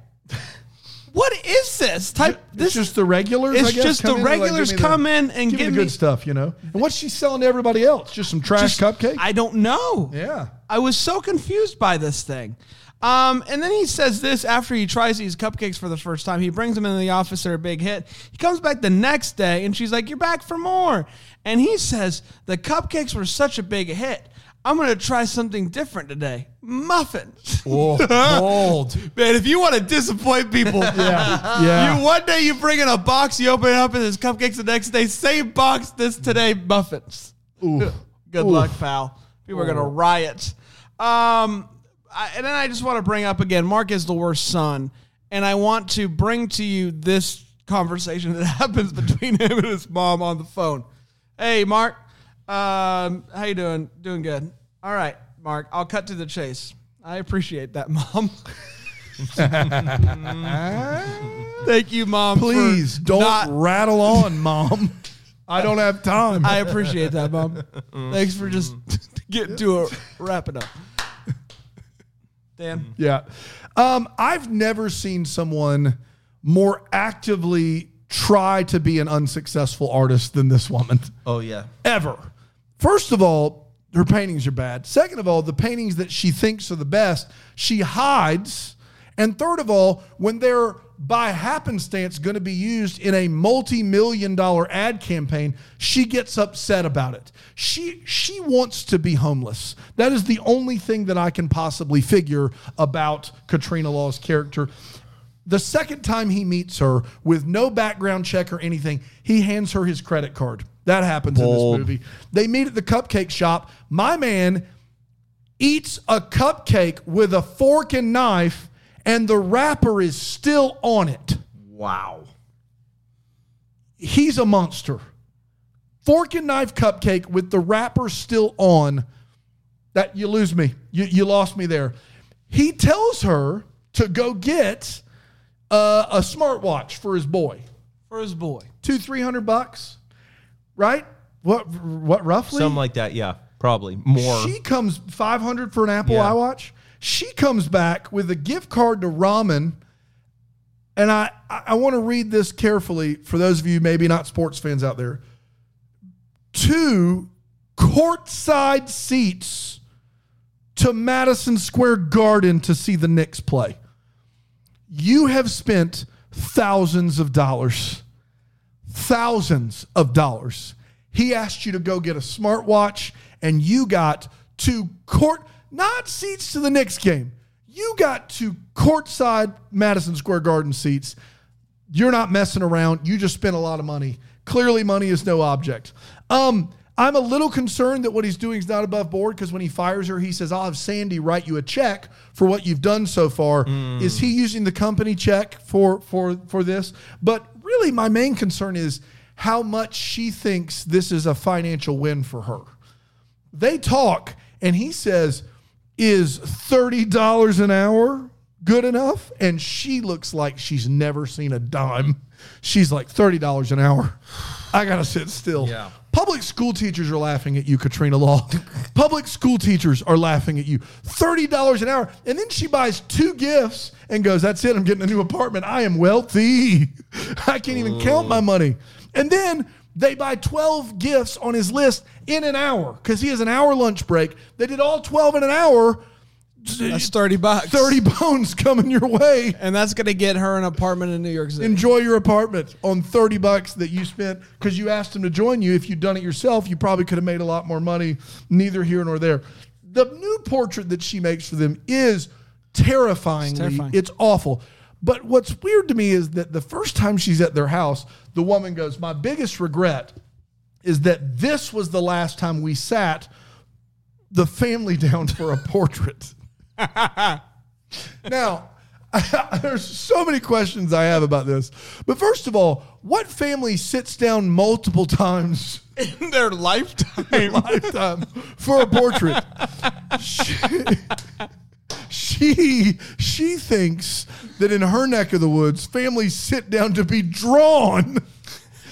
Speaker 2: What is this type? This
Speaker 4: This just the regulars.
Speaker 2: it's
Speaker 4: I guess,
Speaker 2: just
Speaker 4: come
Speaker 2: the
Speaker 4: in and, like,
Speaker 2: regulars
Speaker 4: give me the-
Speaker 2: come in and
Speaker 4: give,
Speaker 2: give
Speaker 4: me the
Speaker 2: me-
Speaker 4: good stuff, you know. And what's she selling to everybody else? Just some trash
Speaker 2: just-
Speaker 4: cupcake.
Speaker 2: I don't know.
Speaker 4: yeah.
Speaker 2: I was so confused by this thing. Um, and then he says this after he tries these cupcakes for the first time. He brings them into the office, they're a big hit. He comes back the next day and she's like, You're back for more. And he says, The cupcakes were such a big hit. I'm going to try something different today muffins.
Speaker 3: Bold.
Speaker 2: Man, if you want to disappoint people,
Speaker 4: Yeah. Yeah.
Speaker 2: you one day you bring in a box, you open it up, and there's cupcakes the next day. Same box, this today, muffins.
Speaker 4: Ooh.
Speaker 2: Good luck, pal. People are going to riot. Um, I, and then I just want to bring up again Mark is the worst son. And I want to bring to you this conversation that happens between him and his mom on the phone. Hey, Mark. Um, how you doing? Doing good. All right, Mark. I'll cut to the chase. I appreciate that, Mom. Thank you, Mom. for
Speaker 4: Please don't
Speaker 2: not-
Speaker 4: rattle on, mom. I don't have time.
Speaker 2: I appreciate that, Mom. Thanks for just getting to it, wrap it up. Dan,
Speaker 4: yeah. Um, I've never seen someone more actively try to be an unsuccessful artist than this woman
Speaker 3: Oh yeah.
Speaker 4: ever. First of all, her paintings are bad. Second of all, the paintings that she thinks are the best, she hides. And third of all, when they're by happenstance going to be used in a multi-million dollar ad campaign, she gets upset about it. She she wants to be homeless. That is the only thing that I can possibly figure about Katrina Law's character. The second time he meets her with no background check or anything, he hands her his credit card. That happens
Speaker 3: Bold.
Speaker 4: in this movie. They meet at the cupcake shop. My man eats a cupcake with a fork and knife, and the wrapper is still on it.
Speaker 3: Wow.
Speaker 4: He's a monster. Fork and knife cupcake with the wrapper still on. That you lose me. You, you lost me there. He tells her to go get uh, a smartwatch for his boy.
Speaker 2: For his boy.
Speaker 4: Two, three hundred bucks, right? What, what roughly?
Speaker 3: Something like that. Yeah. Probably more.
Speaker 4: She comes 500 for an Apple
Speaker 3: Yeah.
Speaker 4: iWatch. She comes back with a gift card to Ramen. And I, I I want to read this carefully for those of you maybe not sports fans out there. Two courtside seats to Madison Square Garden to see the Knicks play. You have spent thousands of dollars thousands of dollars. He asked you to go get a smartwatch, and you got two court, not seats to the Knicks game. You got two courtside Madison Square Garden seats. You're not messing around. You just spent a lot of money. Clearly, money is no object. Um, I'm a little concerned that what he's doing is not above board because when he fires her, he says, I'll have Sandy write you a check for what you've done so far. Is he using the company check for for for this? But really my main concern is how much she thinks this is a financial win for her. They talk and he says, Is $30 an hour good enough? And she looks like she's never seen a dime. She's like, $30 an hour. I gotta sit still.
Speaker 3: Yeah.
Speaker 4: Public school teachers are laughing at you, Katrina Law. Public school teachers are laughing at you. $30 an hour. And then she buys two gifts and goes, That's it. I'm getting a new apartment. I am wealthy. I can't even count my money. And then they buy 12 gifts on his list in an hour because he has an hour lunch break. They did all 12 in an hour.
Speaker 2: That's 30 bucks.
Speaker 4: 30 bones coming your way.
Speaker 2: And that's going to get her an apartment in New York City.
Speaker 4: Enjoy your apartment on 30 bucks that you spent because you asked him to join you. If you'd done it yourself, you probably could have made a lot more money, neither here nor there. The new portrait that she makes for them is terrifyingly, it's,
Speaker 2: terrifying.
Speaker 4: awful. But what's weird to me is that the first time she's at their house, the woman goes, My biggest regret is that this was the last time we sat the family down for a portrait. now, there's so many questions I have about this. But first of all, what family sits down multiple times
Speaker 2: in their lifetime.
Speaker 4: in a lifetime for a portrait? She, she she thinks that in her neck of the woods, families sit down to be drawn.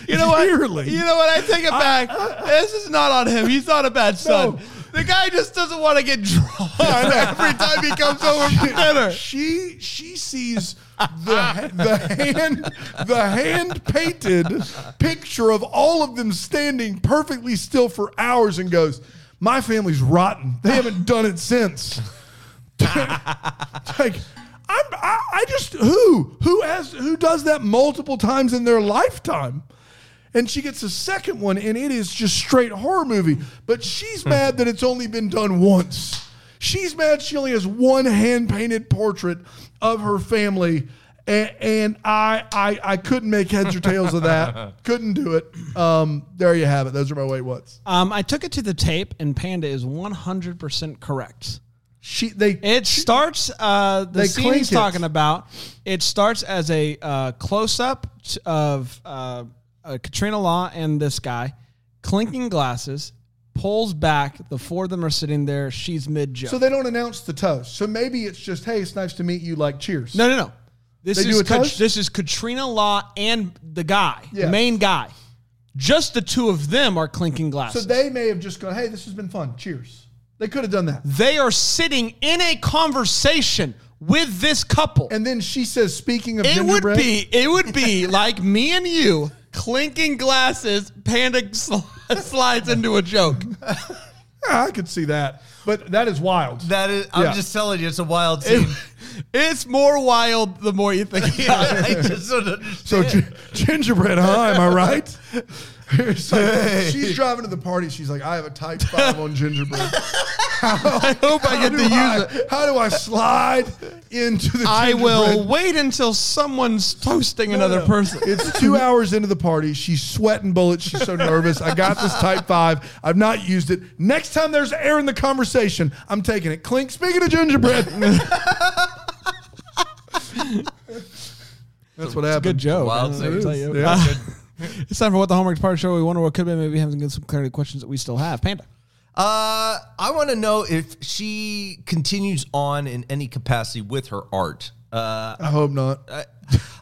Speaker 2: You know what?
Speaker 4: Yearly.
Speaker 2: You know what? I take it back. this is not on him. He's not a bad son.
Speaker 4: No.
Speaker 2: The guy just doesn't want to get drawn every time he comes over for dinner.
Speaker 4: She she sees the the hand the hand painted picture of all of them standing perfectly still for hours and goes, "My family's rotten. They haven't done it since." like I'm, I, I just who who has who does that multiple times in their lifetime and she gets a second one and it is just straight horror movie but
Speaker 2: Hmm.
Speaker 4: she's mad that it's only been done once she's mad she only has one hand painted portrait of her family and, and I, I i couldn't make heads or tails of that couldn't do it um there you have it those are my wait what's
Speaker 2: Um, I took it to the tape, and Panda is 100% correct.
Speaker 4: she they
Speaker 2: It starts uh, the
Speaker 4: They
Speaker 2: scene
Speaker 4: clink
Speaker 2: he's
Speaker 4: it.
Speaker 2: talking about. It starts as a uh, close up of uh, uh, Katrina Law and this guy clinking glasses. Pulls back. The four of them are sitting there. She's mid jump.
Speaker 4: so they don't announce the toast so maybe it's just hey it's nice to meet you like cheers
Speaker 2: No, no, no. This
Speaker 4: They
Speaker 2: is
Speaker 4: do a
Speaker 2: Kat-
Speaker 4: toast?
Speaker 2: this is Katrina Law and the guy,
Speaker 4: Yeah.
Speaker 2: main guy. Just the two of them are clinking
Speaker 4: So
Speaker 2: glasses. they,
Speaker 4: they may have just gone, hey, this has been fun. Cheers. They could have done that.
Speaker 2: are sitting in a conversation with this couple.
Speaker 4: And then she says, speaking of
Speaker 2: it would
Speaker 4: gingerbread,
Speaker 2: be it would be like me and you clinking glasses. Panda sl- slides into a joke.
Speaker 4: "Ah, I could see that. But that is wild.
Speaker 6: That is, I'm
Speaker 4: Yeah.
Speaker 6: just telling you, it's a wild scene.
Speaker 2: It- it's more wild the more you think about it.
Speaker 6: I just don't understand.
Speaker 4: So gi- gingerbread, huh? Am I right? It's like, She's driving to the party. She's like, I have a type five on gingerbread.
Speaker 2: I hope I
Speaker 4: How
Speaker 2: get
Speaker 4: do
Speaker 2: to use
Speaker 4: I,
Speaker 2: it.
Speaker 4: how do I slide into the?
Speaker 2: I will
Speaker 4: gingerbread?
Speaker 2: wait until someone's toasting another
Speaker 4: No.
Speaker 2: person.
Speaker 4: It's two hours into the party. She's sweating bullets. She's so nervous. I got this type five. I've not used it. Next time there's air in the conversation, I'm taking it. Clink. Speaking of gingerbread, that's what happened.
Speaker 2: Good joke.
Speaker 6: Wild
Speaker 2: man. I'll
Speaker 6: scenes.
Speaker 2: tell you.
Speaker 4: Yeah.
Speaker 2: Uh, it's time for what the homework party show. We wonder what could be. Maybe having some clarity questions that we still have. Panda.
Speaker 3: Uh, I want to know if she continues on in any capacity with her art. Uh,
Speaker 4: I hope not.
Speaker 3: I,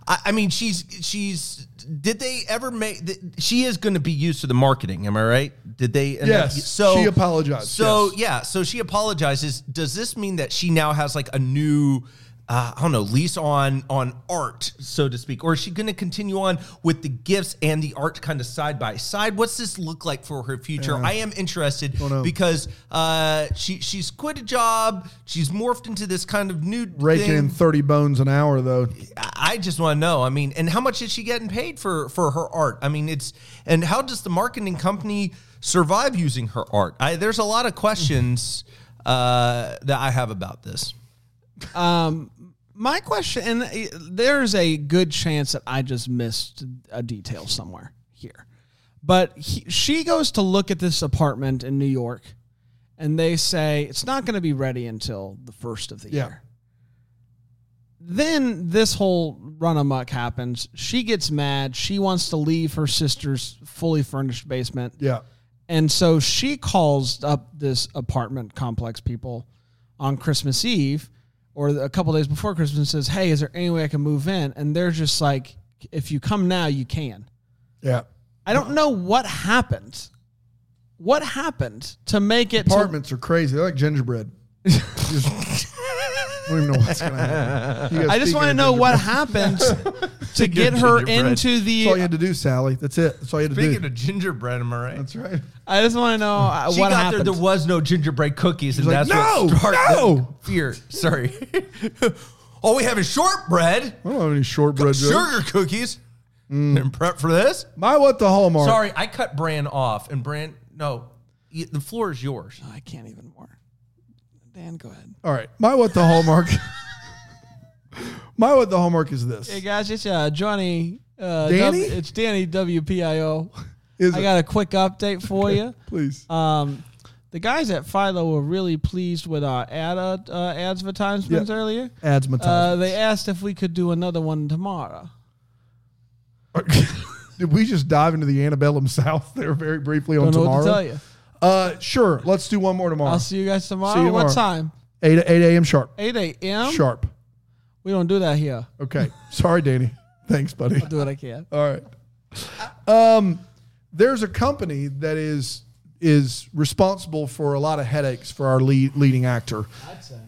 Speaker 3: I I mean, she's she's. Did they ever make? th- She is going to be used to the marketing. Am I right? Did they? and
Speaker 4: Yes,
Speaker 3: that- So
Speaker 4: she apologized,
Speaker 3: So
Speaker 4: yes.
Speaker 3: yeah. So she apologizes. Does this mean that she now has like a new? Uh, I don't know, lease on on art, so to speak, or is she going to continue on with the gifts and the art kind of side by side? What's this look like for her future? I am interested
Speaker 4: Oh,
Speaker 3: because uh, she she's quit a job, she's morphed into this kind of new
Speaker 4: Raking
Speaker 3: thing.
Speaker 4: in thirty bones an hour though.
Speaker 3: I I just want to know. I mean, and how much is she getting paid for for her art? I mean, it's and how does the marketing company survive using her art? I, there's a lot of questions uh, that I have about this.
Speaker 2: My question, and uh, there's a good chance that I just missed a detail somewhere here, but he, she goes to look at this apartment in New York, and they say it's not going to be ready until the first of the
Speaker 4: Yeah.
Speaker 2: year. Then this whole run amok happens. She gets mad. She wants to leave her sister's fully furnished basement.
Speaker 4: Yeah.
Speaker 2: And so she calls up this apartment complex people on Christmas Eve or a couple days before Christmas and says, Hey, is there any way I can move in? And they're just like, If you come now, you can.
Speaker 4: Yeah.
Speaker 2: I don't know what happened. What happened to make it to-
Speaker 4: Apartments are crazy. They're like gingerbread. Just- I don't even know what's gonna happen. You guys
Speaker 2: I just
Speaker 4: speaking
Speaker 2: want to
Speaker 4: of
Speaker 2: know what
Speaker 4: gingerbread.
Speaker 2: happened to get her
Speaker 6: gingerbread.
Speaker 2: into
Speaker 4: That's all you
Speaker 2: the.
Speaker 4: had to do, Sally. That's it. That's all you had to
Speaker 6: Speaking
Speaker 4: do.
Speaker 6: of gingerbread, am I right?
Speaker 4: That's right.
Speaker 2: I just want to know uh,
Speaker 3: She
Speaker 2: what
Speaker 3: got
Speaker 2: happened.
Speaker 3: there. There was no gingerbread cookies, and
Speaker 4: like,
Speaker 3: that's what
Speaker 4: "No,
Speaker 3: started
Speaker 4: no!"
Speaker 3: the fear. Sorry. All we have is shortbread,
Speaker 4: I don't have any shortbread. jokes.
Speaker 3: sugar cookies.
Speaker 4: Mm.
Speaker 3: And prep for this.
Speaker 4: My what the hallmark?
Speaker 3: Sorry, I cut Bran off, and Bran. No, y- the floor is yours.
Speaker 2: I can't even more. Dan, go ahead.
Speaker 4: All right. My what the hallmark? My what the hallmark is this?
Speaker 2: Hey guys, it's uh, Johnny. Uh,
Speaker 4: Danny?
Speaker 2: W- it's Danny WPIO.
Speaker 4: Is
Speaker 2: I
Speaker 4: it?
Speaker 2: got a quick update for you.
Speaker 4: Please.
Speaker 2: Um, the guys at Philo were really pleased with our ad uh, advertisements
Speaker 4: Yeah.
Speaker 2: earlier. Uh,
Speaker 4: Advertisements.
Speaker 2: they asked if we could do another one tomorrow.
Speaker 4: Did we just dive into the antebellum South there very briefly on
Speaker 2: Don't know
Speaker 4: tomorrow?
Speaker 2: what to tell you.
Speaker 4: Uh, sure. Let's do one more tomorrow.
Speaker 2: I'll see you guys tomorrow.
Speaker 4: Ah. See you
Speaker 2: What
Speaker 4: tomorrow.
Speaker 2: time?
Speaker 4: Eight eight a.m. sharp.
Speaker 2: 8 a.m.
Speaker 4: Sharp.
Speaker 2: We don't do that here.
Speaker 4: Okay. Sorry, Danny. Thanks, buddy.
Speaker 2: Do what I can.
Speaker 4: All right. Um, there's a company that is is responsible for a lot of headaches for our lead, leading actor.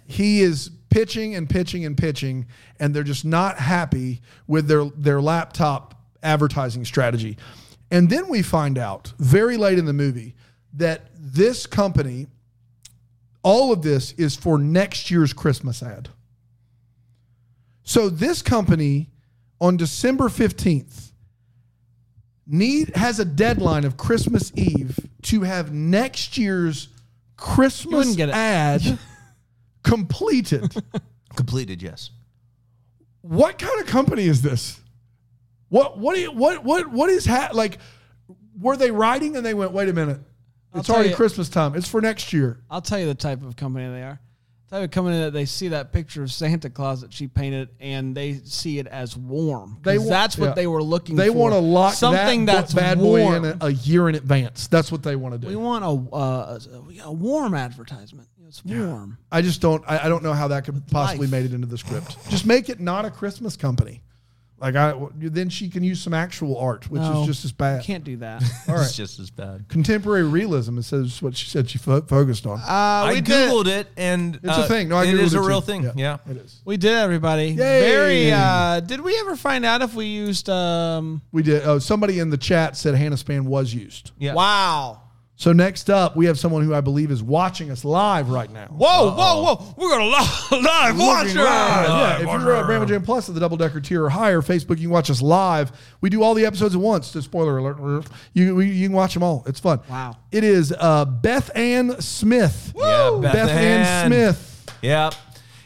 Speaker 4: He is pitching and pitching and pitching, and they're just not happy with their their laptop advertising strategy. And then we find out very late in the movie that this company, all of this is for next year's Christmas ad. So this company on December 15th need has a deadline of Christmas Eve to have next year's Christmas
Speaker 2: wouldn't get it.
Speaker 4: ad completed.
Speaker 3: Completed, yes.
Speaker 4: what kind of company is this? What what do you, what what what is ha- like were they writing and they went wait a minute. It's
Speaker 2: tell
Speaker 4: already
Speaker 2: you-
Speaker 4: Christmas time. It's for next year.
Speaker 2: I'll tell you the type of company they are. The type of company that they see that picture of Santa Claus that she painted, and they see it as warm.
Speaker 4: They
Speaker 2: They
Speaker 4: wa-
Speaker 2: that's what
Speaker 4: yeah.
Speaker 2: they were looking.
Speaker 4: They
Speaker 2: for.
Speaker 4: want to lock
Speaker 2: something
Speaker 4: that bo-
Speaker 2: that's
Speaker 4: bad boy
Speaker 2: warm.
Speaker 4: in a, a year in advance. That's what they want to do.
Speaker 2: we want a, uh, a, a warm advertisement. It's warm.
Speaker 4: I just don't. I, I don't know how that could possibly
Speaker 2: life.
Speaker 4: made it into the script. Just make it not a Christmas company. Like I then she can use some actual art, which
Speaker 2: No,
Speaker 4: is just as bad.
Speaker 2: Can't do that.
Speaker 4: All right.
Speaker 3: It's just as bad.
Speaker 4: Contemporary realism. It says what she said she fo- focused on.
Speaker 2: Uh, we
Speaker 3: I
Speaker 2: did-
Speaker 3: googled it, and
Speaker 4: it's
Speaker 3: uh,
Speaker 4: a thing. No, I
Speaker 3: it
Speaker 4: Googled
Speaker 3: is a
Speaker 4: too.
Speaker 3: real thing. Yeah.
Speaker 4: it is.
Speaker 2: We did, everybody. Very. Uh, did we ever find out if we used? Um,
Speaker 4: We did. Oh, somebody in the chat said Hannah Span was used.
Speaker 3: Yeah.
Speaker 2: Wow.
Speaker 4: So next up, we have someone who I believe is watching us live right now.
Speaker 2: Whoa, whoa, whoa! We're gonna li- live watch
Speaker 4: Looking
Speaker 2: her.
Speaker 4: live. Yeah,
Speaker 6: Live,
Speaker 4: if
Speaker 6: watch
Speaker 4: you're at
Speaker 6: her.
Speaker 4: Bramble Jam Plus at the double decker tier or higher, Facebook, you can watch us live. We do all the episodes at once. So spoiler alert, you, we- you can watch them all. It's fun.
Speaker 2: Wow.
Speaker 4: It is uh, Beth Ann Smith.
Speaker 3: Yeah, Beth
Speaker 4: Beth Ann
Speaker 3: Ann.
Speaker 4: Smith.
Speaker 3: Yeah.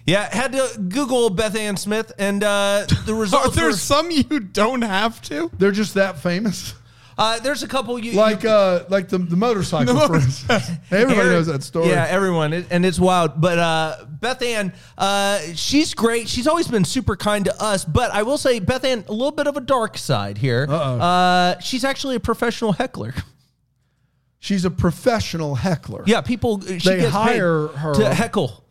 Speaker 3: Yeah, had to Google Beth Ann Smith, and uh, the
Speaker 2: Are
Speaker 3: results
Speaker 2: there
Speaker 3: were-
Speaker 2: some you don't have to?
Speaker 4: They're just that famous.
Speaker 3: uh, there's a couple you
Speaker 4: Like uh, like the, the motorcycle,
Speaker 2: The
Speaker 4: for instance. Everybody
Speaker 3: Eric-
Speaker 4: knows that story.
Speaker 3: Yeah, everyone, it, and it's wild. But uh, Beth Ann, uh, she's great. She's always been super kind to us. But I will say, Beth Ann, a little bit of a dark side here.
Speaker 4: Uh-oh.
Speaker 3: Uh, she's actually a professional heckler.
Speaker 4: She's a professional heckler.
Speaker 3: Yeah, people. She
Speaker 4: They
Speaker 3: gets paid
Speaker 4: hire her.
Speaker 3: to heckle,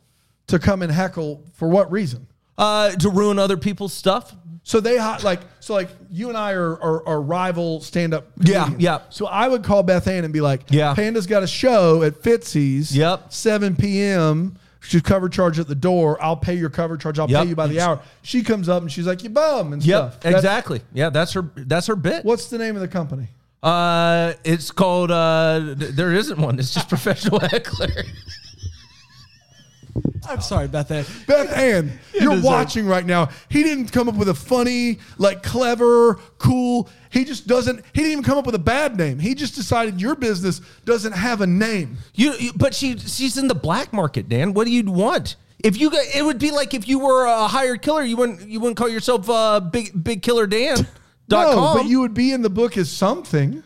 Speaker 4: To come and heckle for what reason?
Speaker 3: uh, to ruin other people's stuff.
Speaker 4: So they hi- like so like you and I are are, are rival stand up.
Speaker 3: Yeah, yeah.
Speaker 4: So I would call Beth Ann and be like,
Speaker 3: Yeah.
Speaker 4: Panda's got a show at Fitzy's.
Speaker 3: Yep.
Speaker 4: seven p.m. She's cover charge at the door. I'll pay your cover charge. I'll
Speaker 3: Yep.
Speaker 4: pay you by the hour. She comes up and she's like, "You bum" and
Speaker 3: Yep,
Speaker 4: stuff. That-
Speaker 3: exactly. Yeah, that's her. That's her bit.
Speaker 4: What's the name of the company?
Speaker 3: Uh, it's called. Uh, th- there isn't one. It's just professional heckler.
Speaker 2: I'm sorry about that.
Speaker 4: Beth Ann, you're watching right now. He didn't come up with a funny, like clever, cool. He just doesn't. He didn't even come up with a bad name. He just decided your business doesn't have a name.
Speaker 3: You, you- but she she's in the black market, Dan. What do you want? If you got, it would be like if you were a hired killer, you wouldn't you wouldn't call yourself uh, big big killer Dan. dot
Speaker 4: no,
Speaker 3: com.
Speaker 4: but you would be in the book as something.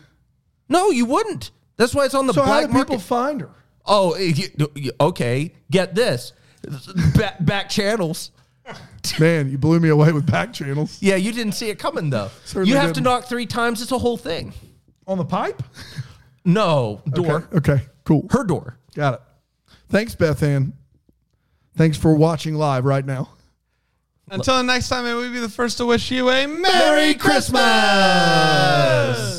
Speaker 3: no, you wouldn't. That's why it's on the
Speaker 4: So how do
Speaker 3: black
Speaker 4: people
Speaker 3: market.
Speaker 4: find her?
Speaker 3: oh, eh, you- you- okay. Get this, back, back channels.
Speaker 4: Man, you blew me away with back channels
Speaker 3: Yeah, you didn't see it coming though.
Speaker 4: Certainly
Speaker 3: you have to
Speaker 4: didn't.
Speaker 3: knock three times. It's a whole thing.
Speaker 4: on the pipe.
Speaker 3: No door.
Speaker 4: Okay, cool.
Speaker 3: Her door.
Speaker 4: Got it. Thanks, Beth Ann. Thanks for watching live right now.
Speaker 2: Until next time, may we be the first to wish you a
Speaker 4: Merry
Speaker 2: Merry Christmas.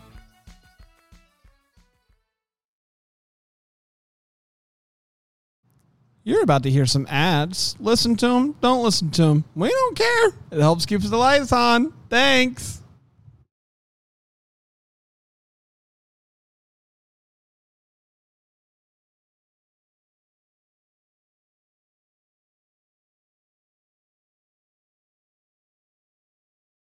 Speaker 2: You're about to hear some ads. Listen to them. Don't listen to them. We don't care. It helps keep the lights on. Thanks.